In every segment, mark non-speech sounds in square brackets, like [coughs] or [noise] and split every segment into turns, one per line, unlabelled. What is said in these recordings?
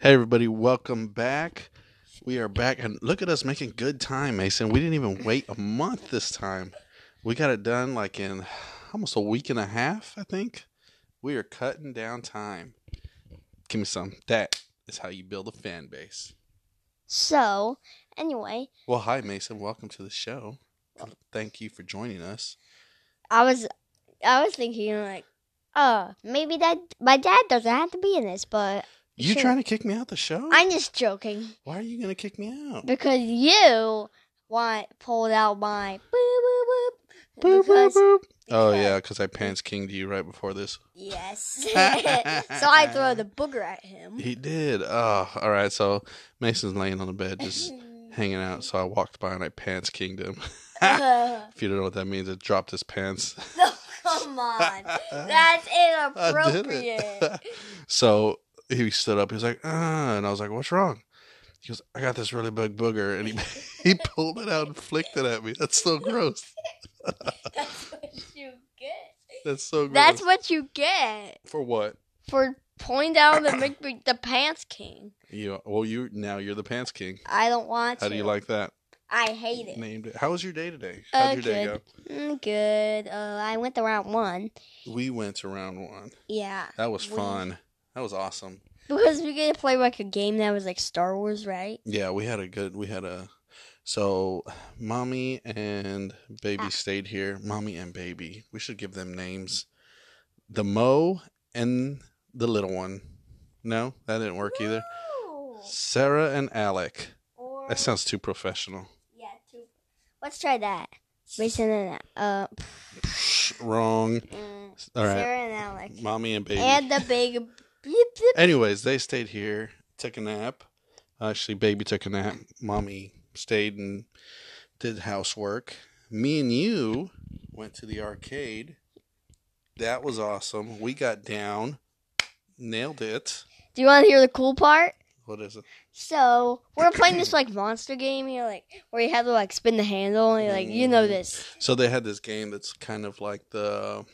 Hey, everybody, welcome back. We are back, and look at us making good time, Mason. We didn't even wait a month this time. We got it done like in almost a week and a half, I think. We are cutting down time. Give me some. That is how you build a fan base.
So, anyway,
Well, hi, Mason. Welcome to the show. Thank you for joining us.
I was I was thinking like, oh, maybe that my dad doesn't have to be in this, but
You
Sure.
trying to kick me out the show?
I'm just joking
Why are you going to kick me out?
because you want pulled out my boop boop boop
Boop, boop,
because
boop. Oh,
because-
yeah, because I pants kinged you right before this.
yes,
[laughs]
so I throw the booger at him. [laughs]
He did. Oh, all right. So Mason's laying on the bed,
[laughs]
just hanging out. So I walked by and I pants kinged him. [laughs]
no,
If you don't know what that means, I dropped his pants.
Oh,
[laughs]
come on, that's
I did
inappropriate. [laughs]
it. [laughs] so he stood up. He was like, "Ah," and I was like, "What's wrong?" He goes, "I got this really big booger," and he [laughs] he pulled it out and flicked it at me. That's so gross.
That's what you get.
That's so gross.
[laughs] That's what you get
for what
for pulling down the McB- the pants king.
you. Well, you now you're the pants king.
I don't want
How
to.
do you like that?
I hate it.
Named it. How was your day today? How'd
Uh,
your day
good. Mm, good. Uh, I went to round one.
go? We went to round one.
Yeah, [laughs]
That was
We-
fun. That was awesome.
because we get to play like a game that was like Star Wars, right?
Yeah, we had a good. We had a. So, mommy and baby
Ah.
stayed here. Mommy and baby. We should give them names. The Mo and the little one. No, that didn't work either. Sarah and Alec.
Or,
That sounds too professional.
yeah, two. Let's try that. Mason and uh,
Wrong.
mm,
All right,
Sarah and Alex,
mommy and baby.
and the big. Beep, beep.
Anyways, they stayed here, took a nap. Actually, baby took a nap. Mommy stayed and did housework. Me and you went to the arcade. That was awesome. We got down, nailed it.
Do you want to hear the cool part?
What is it?
So we're playing this like monster game. You're like where you have to like spin the handle. And you're like you know
Mhm.
this.
So they had this game that's kind of like the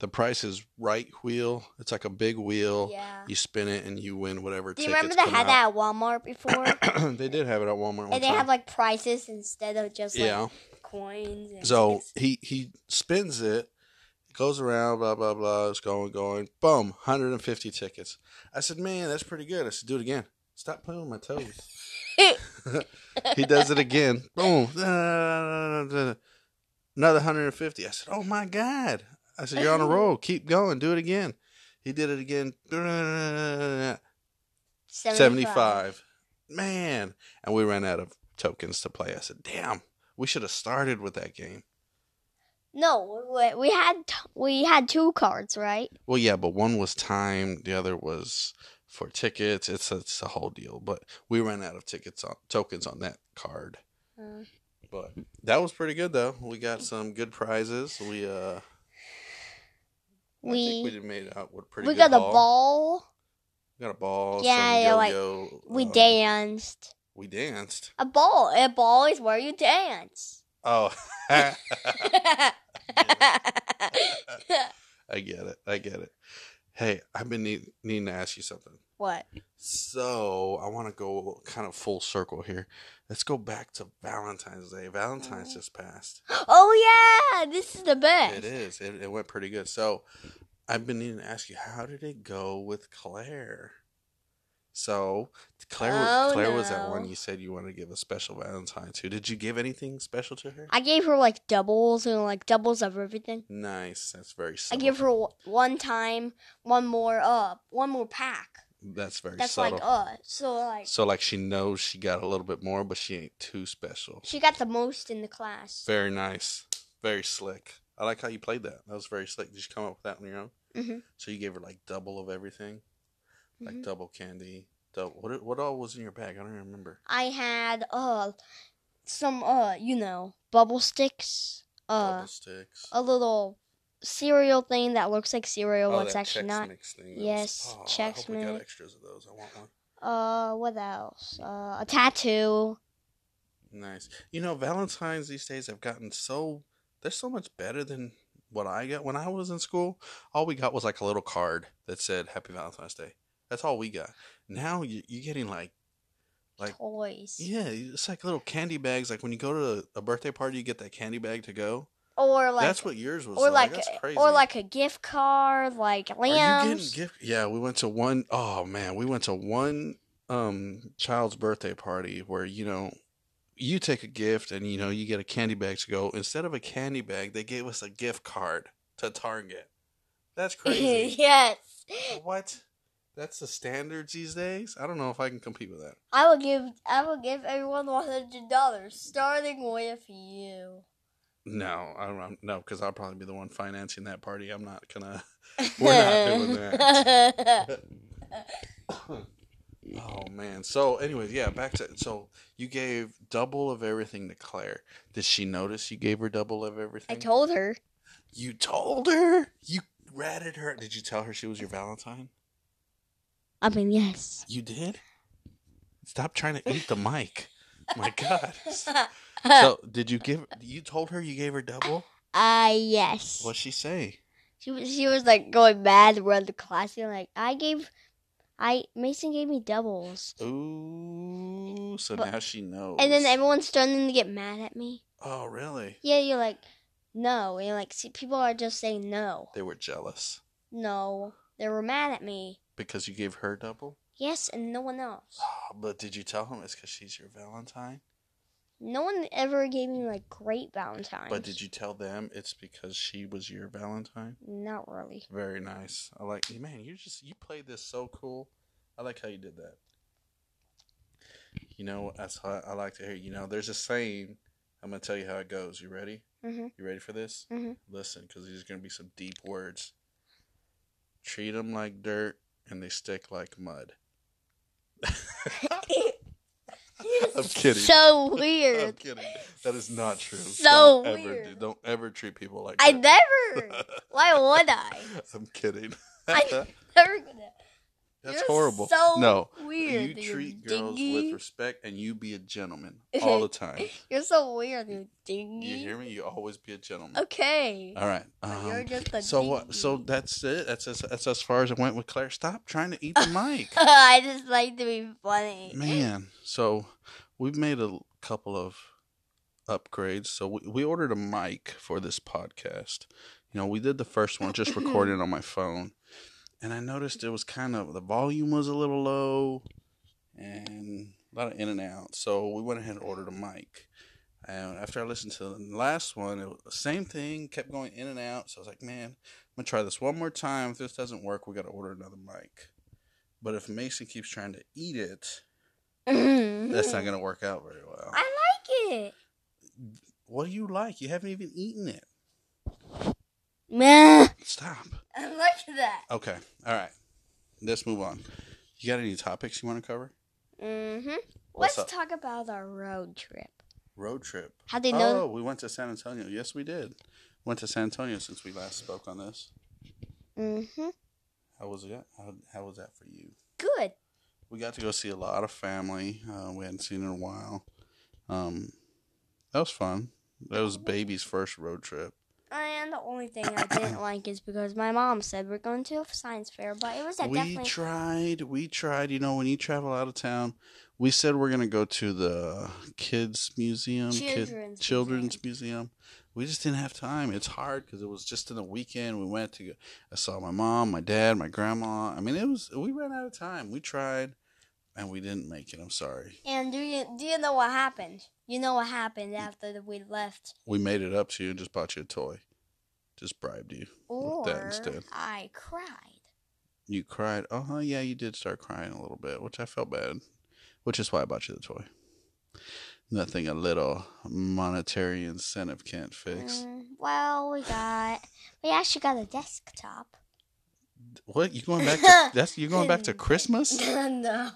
the Price is Right wheel. It's like a big wheel.
Yeah.
You spin it and you win whatever.
Do you
tickets
remember they
come out.
had that at
[coughs]
Walmart before?
they did have it at Walmart. One
and they
time.
have like prices instead of just like
yeah.
coins. And
So
things.
he he spins it, goes around, blah blah blah. It's going, going, boom, 150 tickets. I said, man, that's pretty good. I said, do it again. Stop playing with my toes. [laughs] he does it again. Boom, [laughs] another 150. I said, oh my god. I said, you're on a roll. Keep going. Do it again. He did it again. 75. Man. And we ran out of tokens to play. I said, damn, we should have started with that game.
No, we, we had t- we had two cards, right?
Well, yeah, but one was time, the other was for tickets. It's a, it's a whole deal. But we ran out of tickets on tokens on that card.
Uh,
But that was pretty good though. We got some good prizes. We uh, I
we
think we
we,
did made out with a pretty. good
got a
haul.
ball.
We got a ball.
Yeah,
some
yeah, like,
yo-yo,
We
uh,
danced.
We danced.
A ball. A ball is where you
[laughs]
dance. [laughs]
Oh, I get it. I get it. Hey, I've been need- needing to ask you something.
what?
So I want to go kind of full circle here. Let's go back to Valentine's Day. Valentine's
Mm-hmm.
just passed.
Oh yeah, this is the best.
It is. It, it went pretty good. So I've been needing to ask you, how did it go with Claire? So Claire, was
Oh,
Claire was that
no.
one you said you wanted to give a special Valentine to. Did you give anything special to her?
I gave her like doubles and like doubles of everything.
nice. That's very.
I
Subtle.
give her w- one time, one more up, one more pack.
That's very
That's
subtle.
like uh, so like
so like she knows she got a little bit more, but she ain't too special.
she got the most in the class.
Very nice. Very slick. I like how you played that. That was very slick. Did you come up with that on your own?
Mhm.
So you gave her like double of everything, like
Mhm.
double candy. Double. What what all was in your bag? I don't even remember.
I had uh some uh you know bubble sticks, uh
double sticks.
a little cereal thing that looks like cereal, but it's
Oh, that
actually
Chex
not.
Mix thing. that was-
Yes,
oh, I
Chex
hope we got
Mix.
extras of those. I want one.
Uh, what else? Uh, a tattoo.
Nice. You know, Valentines these days have gotten so they're so much better than what I got when I was in school. All we got was like a little card that said Happy Valentine's Day. That's all we got. Now you- you're getting like, Like-
toys.
yeah, it's like little candy bags. Like when you go to a, a birthday party, you get that candy bag to go.
Or like
That's what yours was.
or like,
That's
a,
crazy.
or like a gift card, like
Are you
lambs.
getting gift? Yeah, we went to one oh man, we went to one um child's birthday party where you know you take a gift and you know you get a candy bag to go. Instead of a candy bag, they gave us a gift card to Target.
[laughs]
That's crazy.
[laughs] yes.
what? That's the standards these days. I don't know if I can compete with that.
I will give I will give everyone one hundred dollars, starting with you.
No, I don't, no, because I'll probably be the one financing that party. I'm not gonna. [laughs] We're not
[laughs]
doing
that.
Oh man. So, anyways, yeah, back to so you gave double of everything to Claire. Did she notice you gave her double of
I
everything?
told her.
you told her. You ratted her. Did you tell her she was your Valentine?
I mean yes.
You did. Stop trying to eat the mic. My
[laughs]
God.
uh,
[laughs] So, did you give? You told her you gave her double.
yes.
What'd she say?
She was she was like going mad around the class and like I gave I Mason gave me doubles.
Ooh. So
But-
now she knows.
And then everyone's starting to get mad at me.
oh, really?
Yeah, you're like, no. And you're like, see, people are just saying no.
They were jealous
No. They were mad at me.
because you gave her double.
Yes, and no one else.
Ah, but did you tell him it's because she's your Valentine?
No one ever gave me like great Valentine's.
But did you tell them it's because she was your Valentine?
Not really.
Very nice. I like man, you just you played this so cool. I like how you did that. You know, that's how I like to hear. You know, there's a saying. I'm gonna tell you how it goes. You ready?
Mm-hmm.
You ready for this?
Mhm.
Listen, because these are gonna be some deep words. Treat them like dirt, and they stick like mud. [laughs] I'm kidding.
So
I'm
weird.
kidding. That is not true.
So
don't Ever,
weird.
do- don't ever treat people like
I
that. [laughs]
never. Why would I?
I'm kidding.
I- Never gonna.
[laughs] That's
You're
horrible.
So
no.
weird.
you treat girls
dingy.
with respect and you be a
[laughs]
gentleman all the time.
You're so weird, you dingy.
You hear me? You always be a gentleman.
Okay.
All right.
But you're
Um,
just a
so what? So
dingy.
that's it. That's as, that's as far as it went with Claire. Stop trying to eat the mic,
[laughs] I just like to be funny. [laughs]
man. So we've made a couple of upgrades. So we, we ordered a mic for this podcast. You know, we did the first one just recording on my phone, and I noticed it was kind of the volume was a little low, and a lot of in and out. So we went ahead and ordered a mic. And after I listened to the last one, it was the same thing, kept going in and out. So I was like, man, I'm gonna try this one more time. If this doesn't work, we gotta order another mic. But if Mason keeps trying to eat it, that's not gonna work out very well.
Mm. I like it.
What do you like? You haven't even eaten it.
Meh.
Stop.
I like that.
Okay. All right. Let's move on. You got any topics you want to cover?
Mm-hmm.
What's
Let's
up?
talk about our road trip.
Road trip.
How they know?
Oh, we went to San Antonio. Yes, we did. Went to San Antonio since we last spoke on this. Oh.
Mm-hmm.
How was it? How, how was that for you?
Good.
We got to go see a lot of family. Uh, we hadn't seen in a while. Um, that was fun. That was baby's first road trip.
And the only thing I
[coughs]
didn't like is because my mom said we're going to a science fair, but it was at
we
definitely
tried we tried you know when you travel out of town we said we're gonna go to the kids museum
Children's
children's museum we just didn't have time it's hard because it was just in the weekend we went to go, i saw my mom my dad my grandma i mean it was we ran out of time we tried and we didn't make it i'm sorry
And do you do you know what happened? You know what happened after that we left?
we made it up to you and just bought you a toy just bribed you
Or
That instead.
I cried.
you cried uh-huh yeah you did start crying a little bit which i felt bad which is why i bought you the toy nothing a little monetary incentive can't fix
Mm, well, we got we actually got a desktop. [laughs]
what you going back to that's you going back
[laughs]
to christmas [laughs]
no.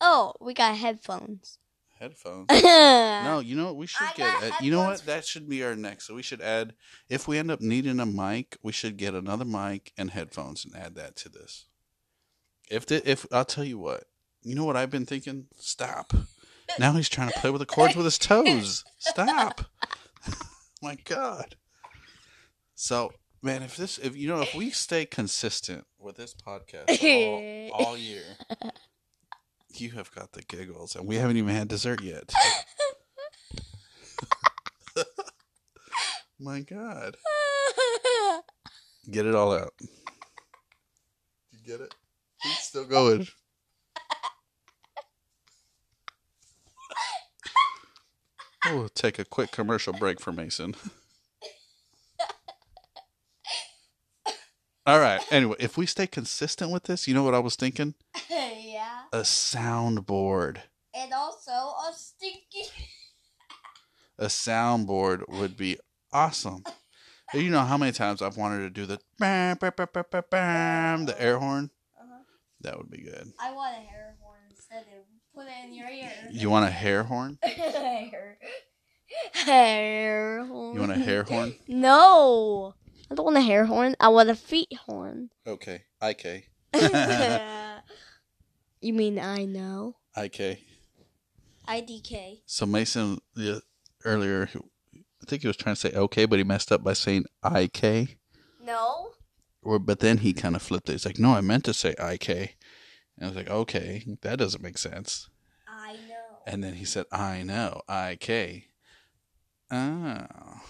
oh, we got headphones. [laughs]
headphones
no. [laughs]
no you know what we should
I
get
got
uh, you know
headphones
what that should be our next so we should add if we end up needing a mic we should get another mic and headphones and add that to this if the if i'll tell you what you know what i've been thinking stop now he's trying to play with the cords with his toes stop [laughs] my god so man if this if you know if we stay consistent with this podcast all, all year. You have got the giggles, and we haven't even had dessert yet. [laughs] My God. Get it all out. You get it? He's still going. [laughs] We'll take a quick commercial break for Mason. All right. Anyway, if we stay consistent with this, you know what I was thinking?
yeah.
A soundboard.
And also a stinky.
A soundboard would be awesome. You know how many times I've wanted to do the bam, bam, bam, bam, bam, bam, the air horn?
Uh-huh.
That would be good.
I want a hair horn instead of put it in your ear. [laughs]
You want a hair horn?
hair. Hair horn.
You want a
[laughs]
hair horn?
No. I don't want a hair horn. I want a feet
[laughs]
horn. [laughs]
Okay. [laughs] IK.
you mean I know?
IK.
IDK.
So Mason yeah, earlier, he- I think he was trying to say okay, but he messed up by saying IK.
No.
Or but then he kind of flipped it. He's like, no, I meant to say IK, and I was like, okay, that doesn't make sense.
I know.
And then he said, I know IK. Oh,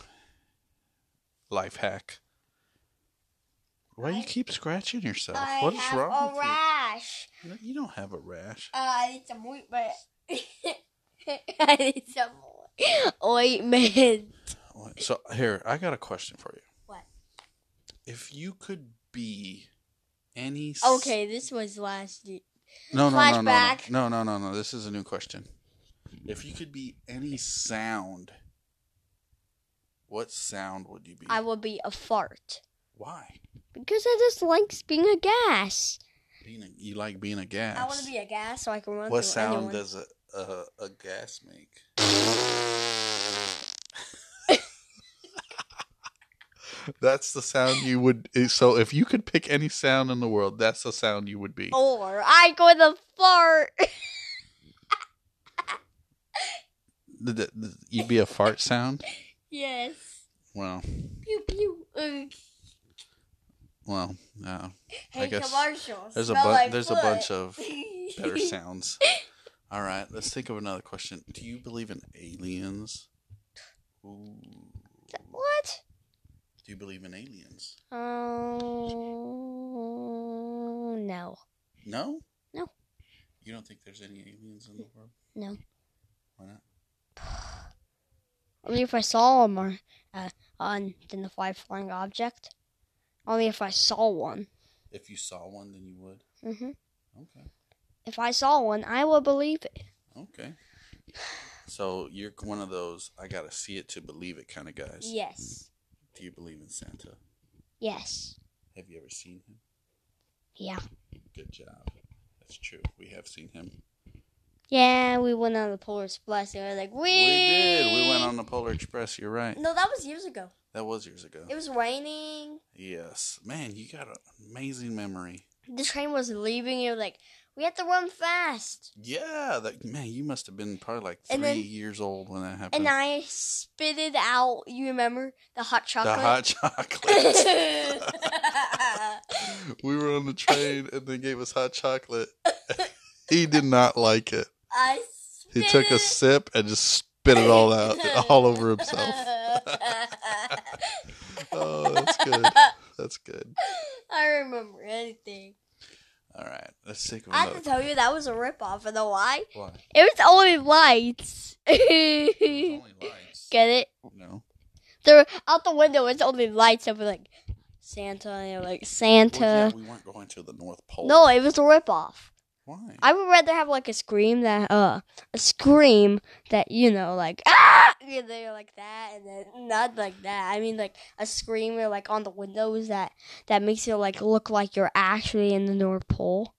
life hack. Why do you keep scratching yourself?
I
uh, what is
have
wrong
a
with
rash.
you? No, You don't have a rash.
Uh, I need some ointment. [laughs] I need some ointment.
So here, I got a question for you.
What?
If you could be any s-
Okay, this was last year.
no, no, no, no, no,
flashback.
no, no, no, no. This is a new question. If you could be any sound, what sound would you be?
I will be a fart
Why?
because I just like being a gas.
Being a, you like being a gas.
I want to be a gas so I can run
What
through
sound
anyone.
does a, a a gas
[laughs]
make? that's the sound you would. eh, So if you could pick any sound in the world, that's the sound you would be.
or I go to fart. [laughs]
Th- th- th- You'd be a fart sound.
yes.
Well,
Pew pew. Ugh.
well, no. I
Hey,
guess
commercials.
There's a
Smell
bu-
like
there's a
foot.
bunch
[laughs]
of better sounds. All right, let's think of another question. Do you believe in aliens? Ooh.
What?
Do you believe in aliens?
Oh no.
No.
No.
You don't think there's any aliens in the world?
No.
Why not?
Only if I saw them or uh, on than the fly flying object. Only if I saw one.
If you saw one, then you would.
hmm
Okay.
If I saw one, I would believe it.
Okay. So you're one of those I gotta see it to believe it kind of guys.
Yes.
Do you believe in Santa?
Yes.
Have you ever seen him?
Yeah.
Good job. That's true. We have seen him.
Yeah, we went on the Polar Express and we were like, we.
We did. We went on the Polar Express. You're right.
No, that was years ago.
That was years ago.
It was raining.
Yes. Man, you got an amazing memory.
The train was leaving. And we were like, we have to run fast.
Yeah. That man, you must have been probably like three
And then-
years old when that happened.
And I spitted out. You remember the hot
the
chocolate?
hot [laughs] chocolate. we were on the train and they gave us hot chocolate. he did not like it.
[laughs] I
He
spit
took a
it.
sip and just spit it all out, all over himself.
[laughs]
Oh, that's good. That's good.
I remember anything.
All right, let's take
I have
another.
to tell you that was a ripoff. You know why?
Why?
It was only lights. [laughs]
It
Get
was only lights.
it?
No.
There, out the window. It's only lights. And we're like Santa. And you're like Santa.
Well, yeah, we weren't going to the North Pole.
No, it was a ripoff.
Why?
I would rather have like a scream that uh a scream that you know like [laughs] ah you know, like that and then not like that. I mean like a scream or like on the windows that that makes it like look like you're actually in the North Pole.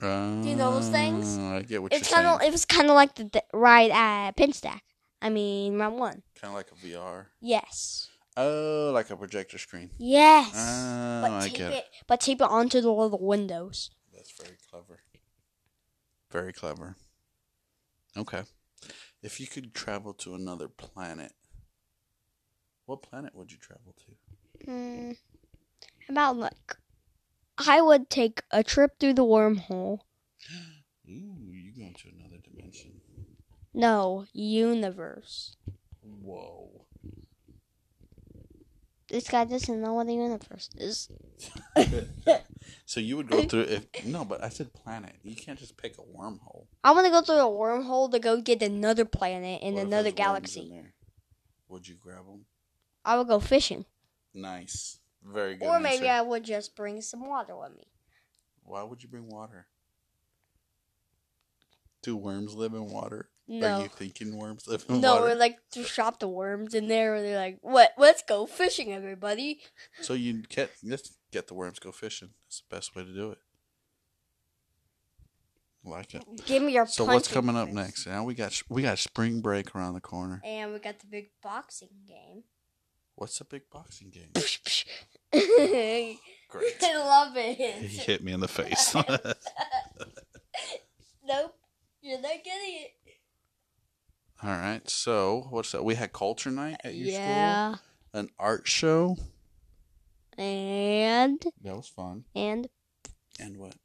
Do
you know those things?
Uh, I get what
It's
you're
kind of
saying.
it was kind of like the, the ride at Pinstack. I mean round one.
Kind of like a VR.
Yes.
Oh, like a projector screen.
Yes.
Oh,
but
I
tape
get it.
it. But tape it onto the, the windows.
That's very clever. Very clever. Okay. If you could travel to another planet, what planet would you travel to?
Hmm. How About like I would take a trip through the wormhole.
Ooh, you going to another dimension?
No, universe.
Whoa.
This guy doesn't know what the universe is.
[laughs] so you would go through if no, but I said planet. You can't just pick a wormhole.
I want to go through a wormhole to go get another planet in
What if
another
there's worms in
galaxy.
there? Would you grab them?
I would go fishing,
Nice. Very good.
or maybe
answer.
I would just bring some water with me.
Why would you bring water? Do worms live in water? Are
No,
you thinking worms live in
no,
water?
we're like to shop the worms in there, and they're like, "What? Let's go fishing, everybody!"
So you get let's get the worms go fishing. That's the best way to do it. Like it.
Give me your.
So what's
punching
coming up
fist.
next? Now we got we got spring break around the corner.
And we got the big boxing
[laughs]
game.
What's the big boxing
[laughs]
game?
I
Great.
love
He [laughs]
it.
hit me in the face.
[laughs] nope, you're not getting it.
All right. So what's that? We had culture night at your school.
yeah,
An art show.
and
That was fun.
and
And what?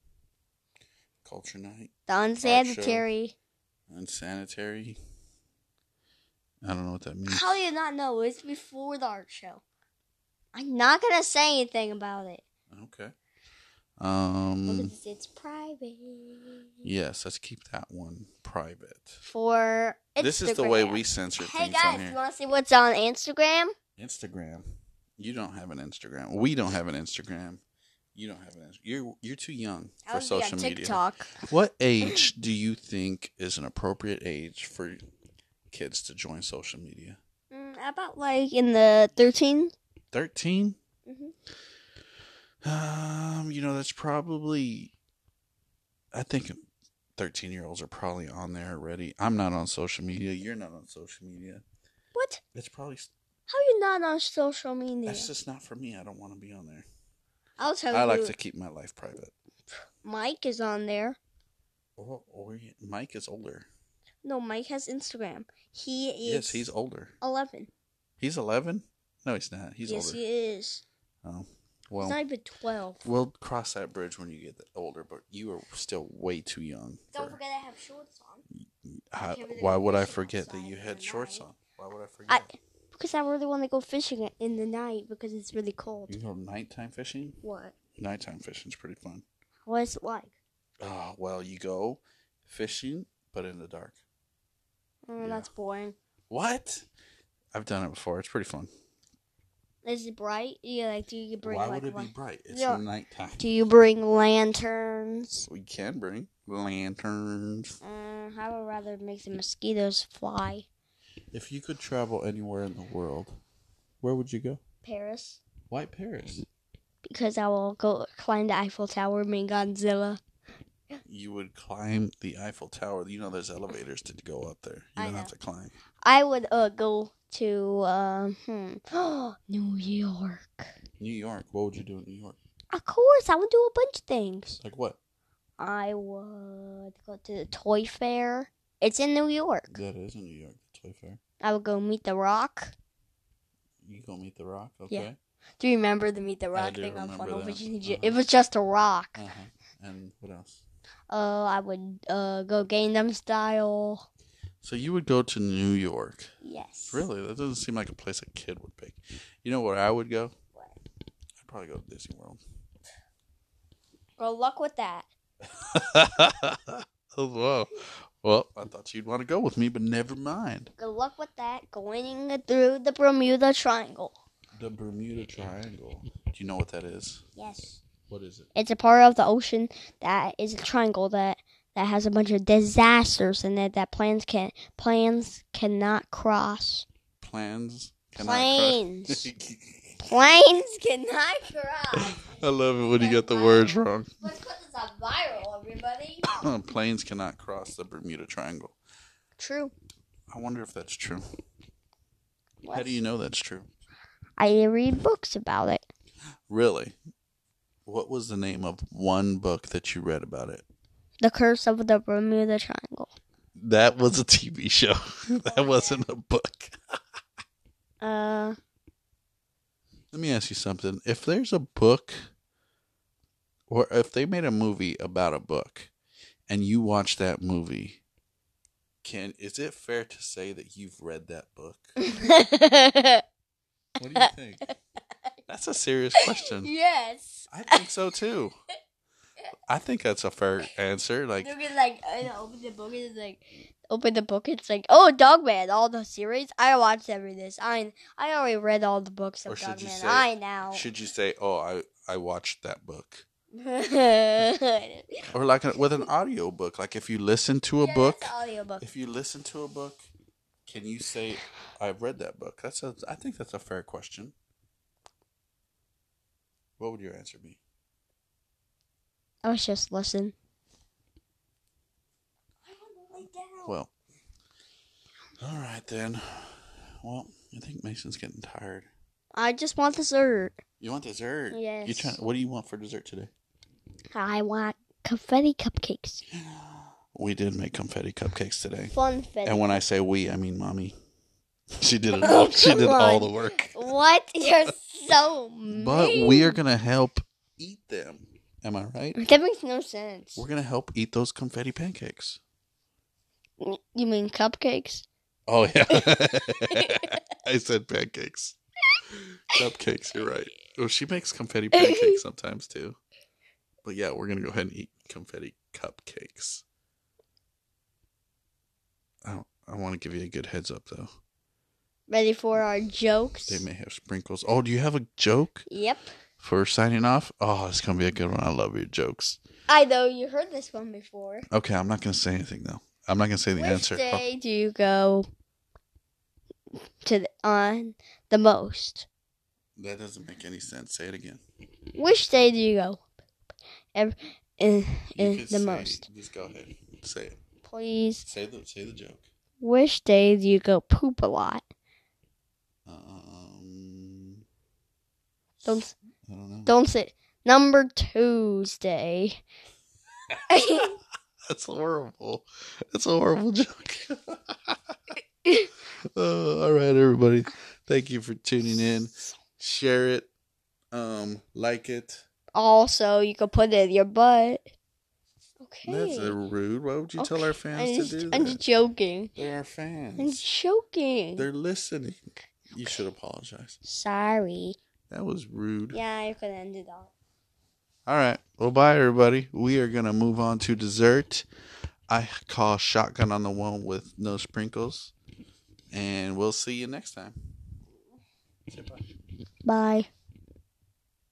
Culture night.
the unsanitary.
Unsanitary. I don't know what that means.
How do you not know? It's before the art show. I'm not gonna say anything about it
Okay. Um.
because it's private.
Yes. Let's keep that one private.
For Instagram.
This is the way we censor
Hey
things
guys,
on
you
here.
want to see what's on Instagram?
Instagram. You don't have an Instagram. We don't have an Instagram. You don't have an. Inst- You're you're too young
I
for
was on
social media.
Oh, TikTok.
What
[laughs]
age do you think is an appropriate age for kids to join social media?
Mm, about like in the 13
13?
Mhm.
Um, you know, that's probably I think 13-year-olds are probably on there already. I'm not on social media. You're not on social media.
What?
It's probably
How you not on social media?
that's just not for me. I don't want to be on there.
I'll tell
I
you.
like to keep my life private.
Mike is on there.
Or, or Mike is older.
No, Mike has Instagram. He is.
yes, he's older.
eleven.
He's 11? No, he's not. He's
yes,
older.
he is.
oh. Well,
he's not even twelve.
We'll cross that bridge when you get older, but you are still way too young.
Don't
for-
forget I have shorts on.
How-
can't really
why
go
would I
fishing
forget that
outside
you
in
had
the
shorts
night.
on? Why would I forget?
I because I really want to go fishing in the night because it's really cold.
you go nighttime fishing.
What?
Nighttime fishing's pretty fun.
What is it like?
Oh, well, you go fishing, but in the dark.
Mm,
Yeah.
That's boring.
What? I've done it before. It's pretty fun.
Is it bright? Yeah, like do you bring
why
like
would it be
lan-
bright? It's
Yeah.
nighttime.
do you bring lanterns?
We can bring lanterns.
Mm, I would rather make the mosquitoes fly.
If you could travel anywhere in the world, where would you go?
Paris.
Why Paris?
because I will go climb the Eiffel Tower, meet Godzilla.
you would climb the Eiffel Tower. You know, there's elevators to go up there. You
I
don't have
know.
to climb.
I would uh, go to um, hmm, [gasps] New York.
New York. What would you do in New York?
Of course, I would do a bunch of things.
Like what?
I would go to the toy fair. It's in New York.
That is in New York. The Toy Fair.
I would go meet The Rock.
You go meet the Rock.
Yeah.
Okay.
Do you remember the Meet the Rock
do
thing on
remember
Funnel
that.
Vision?
Uh-huh.
It was just a rock.
Uh huh. And what else?
Uh, I would uh go Gangnam Style.
So you would go to New York.
Yes.
Really? That doesn't seem like a place a kid would pick. You know where I would go?
What?
I'd probably go to Disney World. [laughs]
Good luck with that.
Whoa. Well, I thought you'd want to go with me, but never mind.
Good luck with that. Going through the Bermuda Triangle.
The Bermuda Triangle. Do you know what that is?
Yes.
What is it?
It's a part of the ocean that is a triangle that that has a bunch of disasters in it that planes can planes cannot cross.
Plans. cannot
Planes.
crush-
Planes cannot cross.
[laughs] I love it when you get the words wrong.
Let's put this on viral, everybody.
Planes cannot cross the Bermuda Triangle.
True.
I wonder if that's true. How
What?
do you know that's true?
I read books about it.
Really? What was the name of one book that you read about it?
The Curse of the Bermuda Triangle.
That was a TV show. [laughs] that wasn't a book.
Uh, [laughs]
Let me ask you something. If there's a book or if they made a movie about a book and you watch that movie, can is it fair to say that you've read that book? What do you [laughs] think? That's a serious question.
yes.
I think so too. I think that's a fair answer. Like
Look at like I know, open the book and it's like open the book. It's like oh, Dogman, all the series. I watched every this. I I already read all the books
Or
of
should you
Dogman.
say-
I now. [laughs]
should you say, "Oh, I I watched that book."
a
Or like with an audio book, like if you listen to a book,
audiobook.
if you listen to a book, can you say, "I've read that book"? That's a. I think that's a fair question. What would your answer be?
I was just listening.
Well, all right then. Well, I think Mason's getting tired.
I just want dessert.
You want dessert? You
Yes.
trying? What do you want for dessert today?
I want confetti cupcakes.
We did make confetti cupcakes today,
Funfetti.
and when I say we, I mean mommy. [laughs] She did it. All. She did all the work.
what? [laughs] You're so mean.
But we are gonna help eat them. Am I right?
That makes no sense.
We're gonna help eat those confetti pancakes.
You mean cupcakes?
Oh yeah. [laughs] I said pancakes. Cupcakes, you're right. Well she makes confetti pancakes sometimes too. But yeah, we're gonna go ahead and eat confetti cupcakes. I don't- I want to give you a good heads up though.
Ready for our jokes?
They may have sprinkles. Oh, do you have a joke
Yep.
for signing off? Oh, it's gonna be a good one. I love your jokes.
I know you heard this one before.
Okay, I'm not gonna say anything though. I'm not gonna say the
Which
answer. Oh,
day do you go to the, on the most?
Oh, that doesn't make any sense. Say it again.
Which day do you go ev- in,
You
in
could
the
say-
most?
Just go ahead. Say it.
Please.
Say the say the joke.
Which day do you go poop a lot?
Uh, Um,
Don't
I don't know. [laughs]
don't say number Tuesday. [laughs]
That's horrible. That's a horrible joke. [laughs] Uh, all right, everybody. Thank you for tuning in. Share it. Um, like it.
also, you could put it in your butt. Okay.
That's a rude. Why would you tell
Okay,
our
I'm
fans to
just,
do
I'm
that?
just joking.
They're our
I'm
fans.
joking.
They're listening. You should apologize.
Sorry.
That was rude.
Yeah, you could end it all.
All right. Well, bye, everybody. We are going to move on to dessert. I call shotgun on the one with no sprinkles. And we'll see you next time. Say bye.
Bye.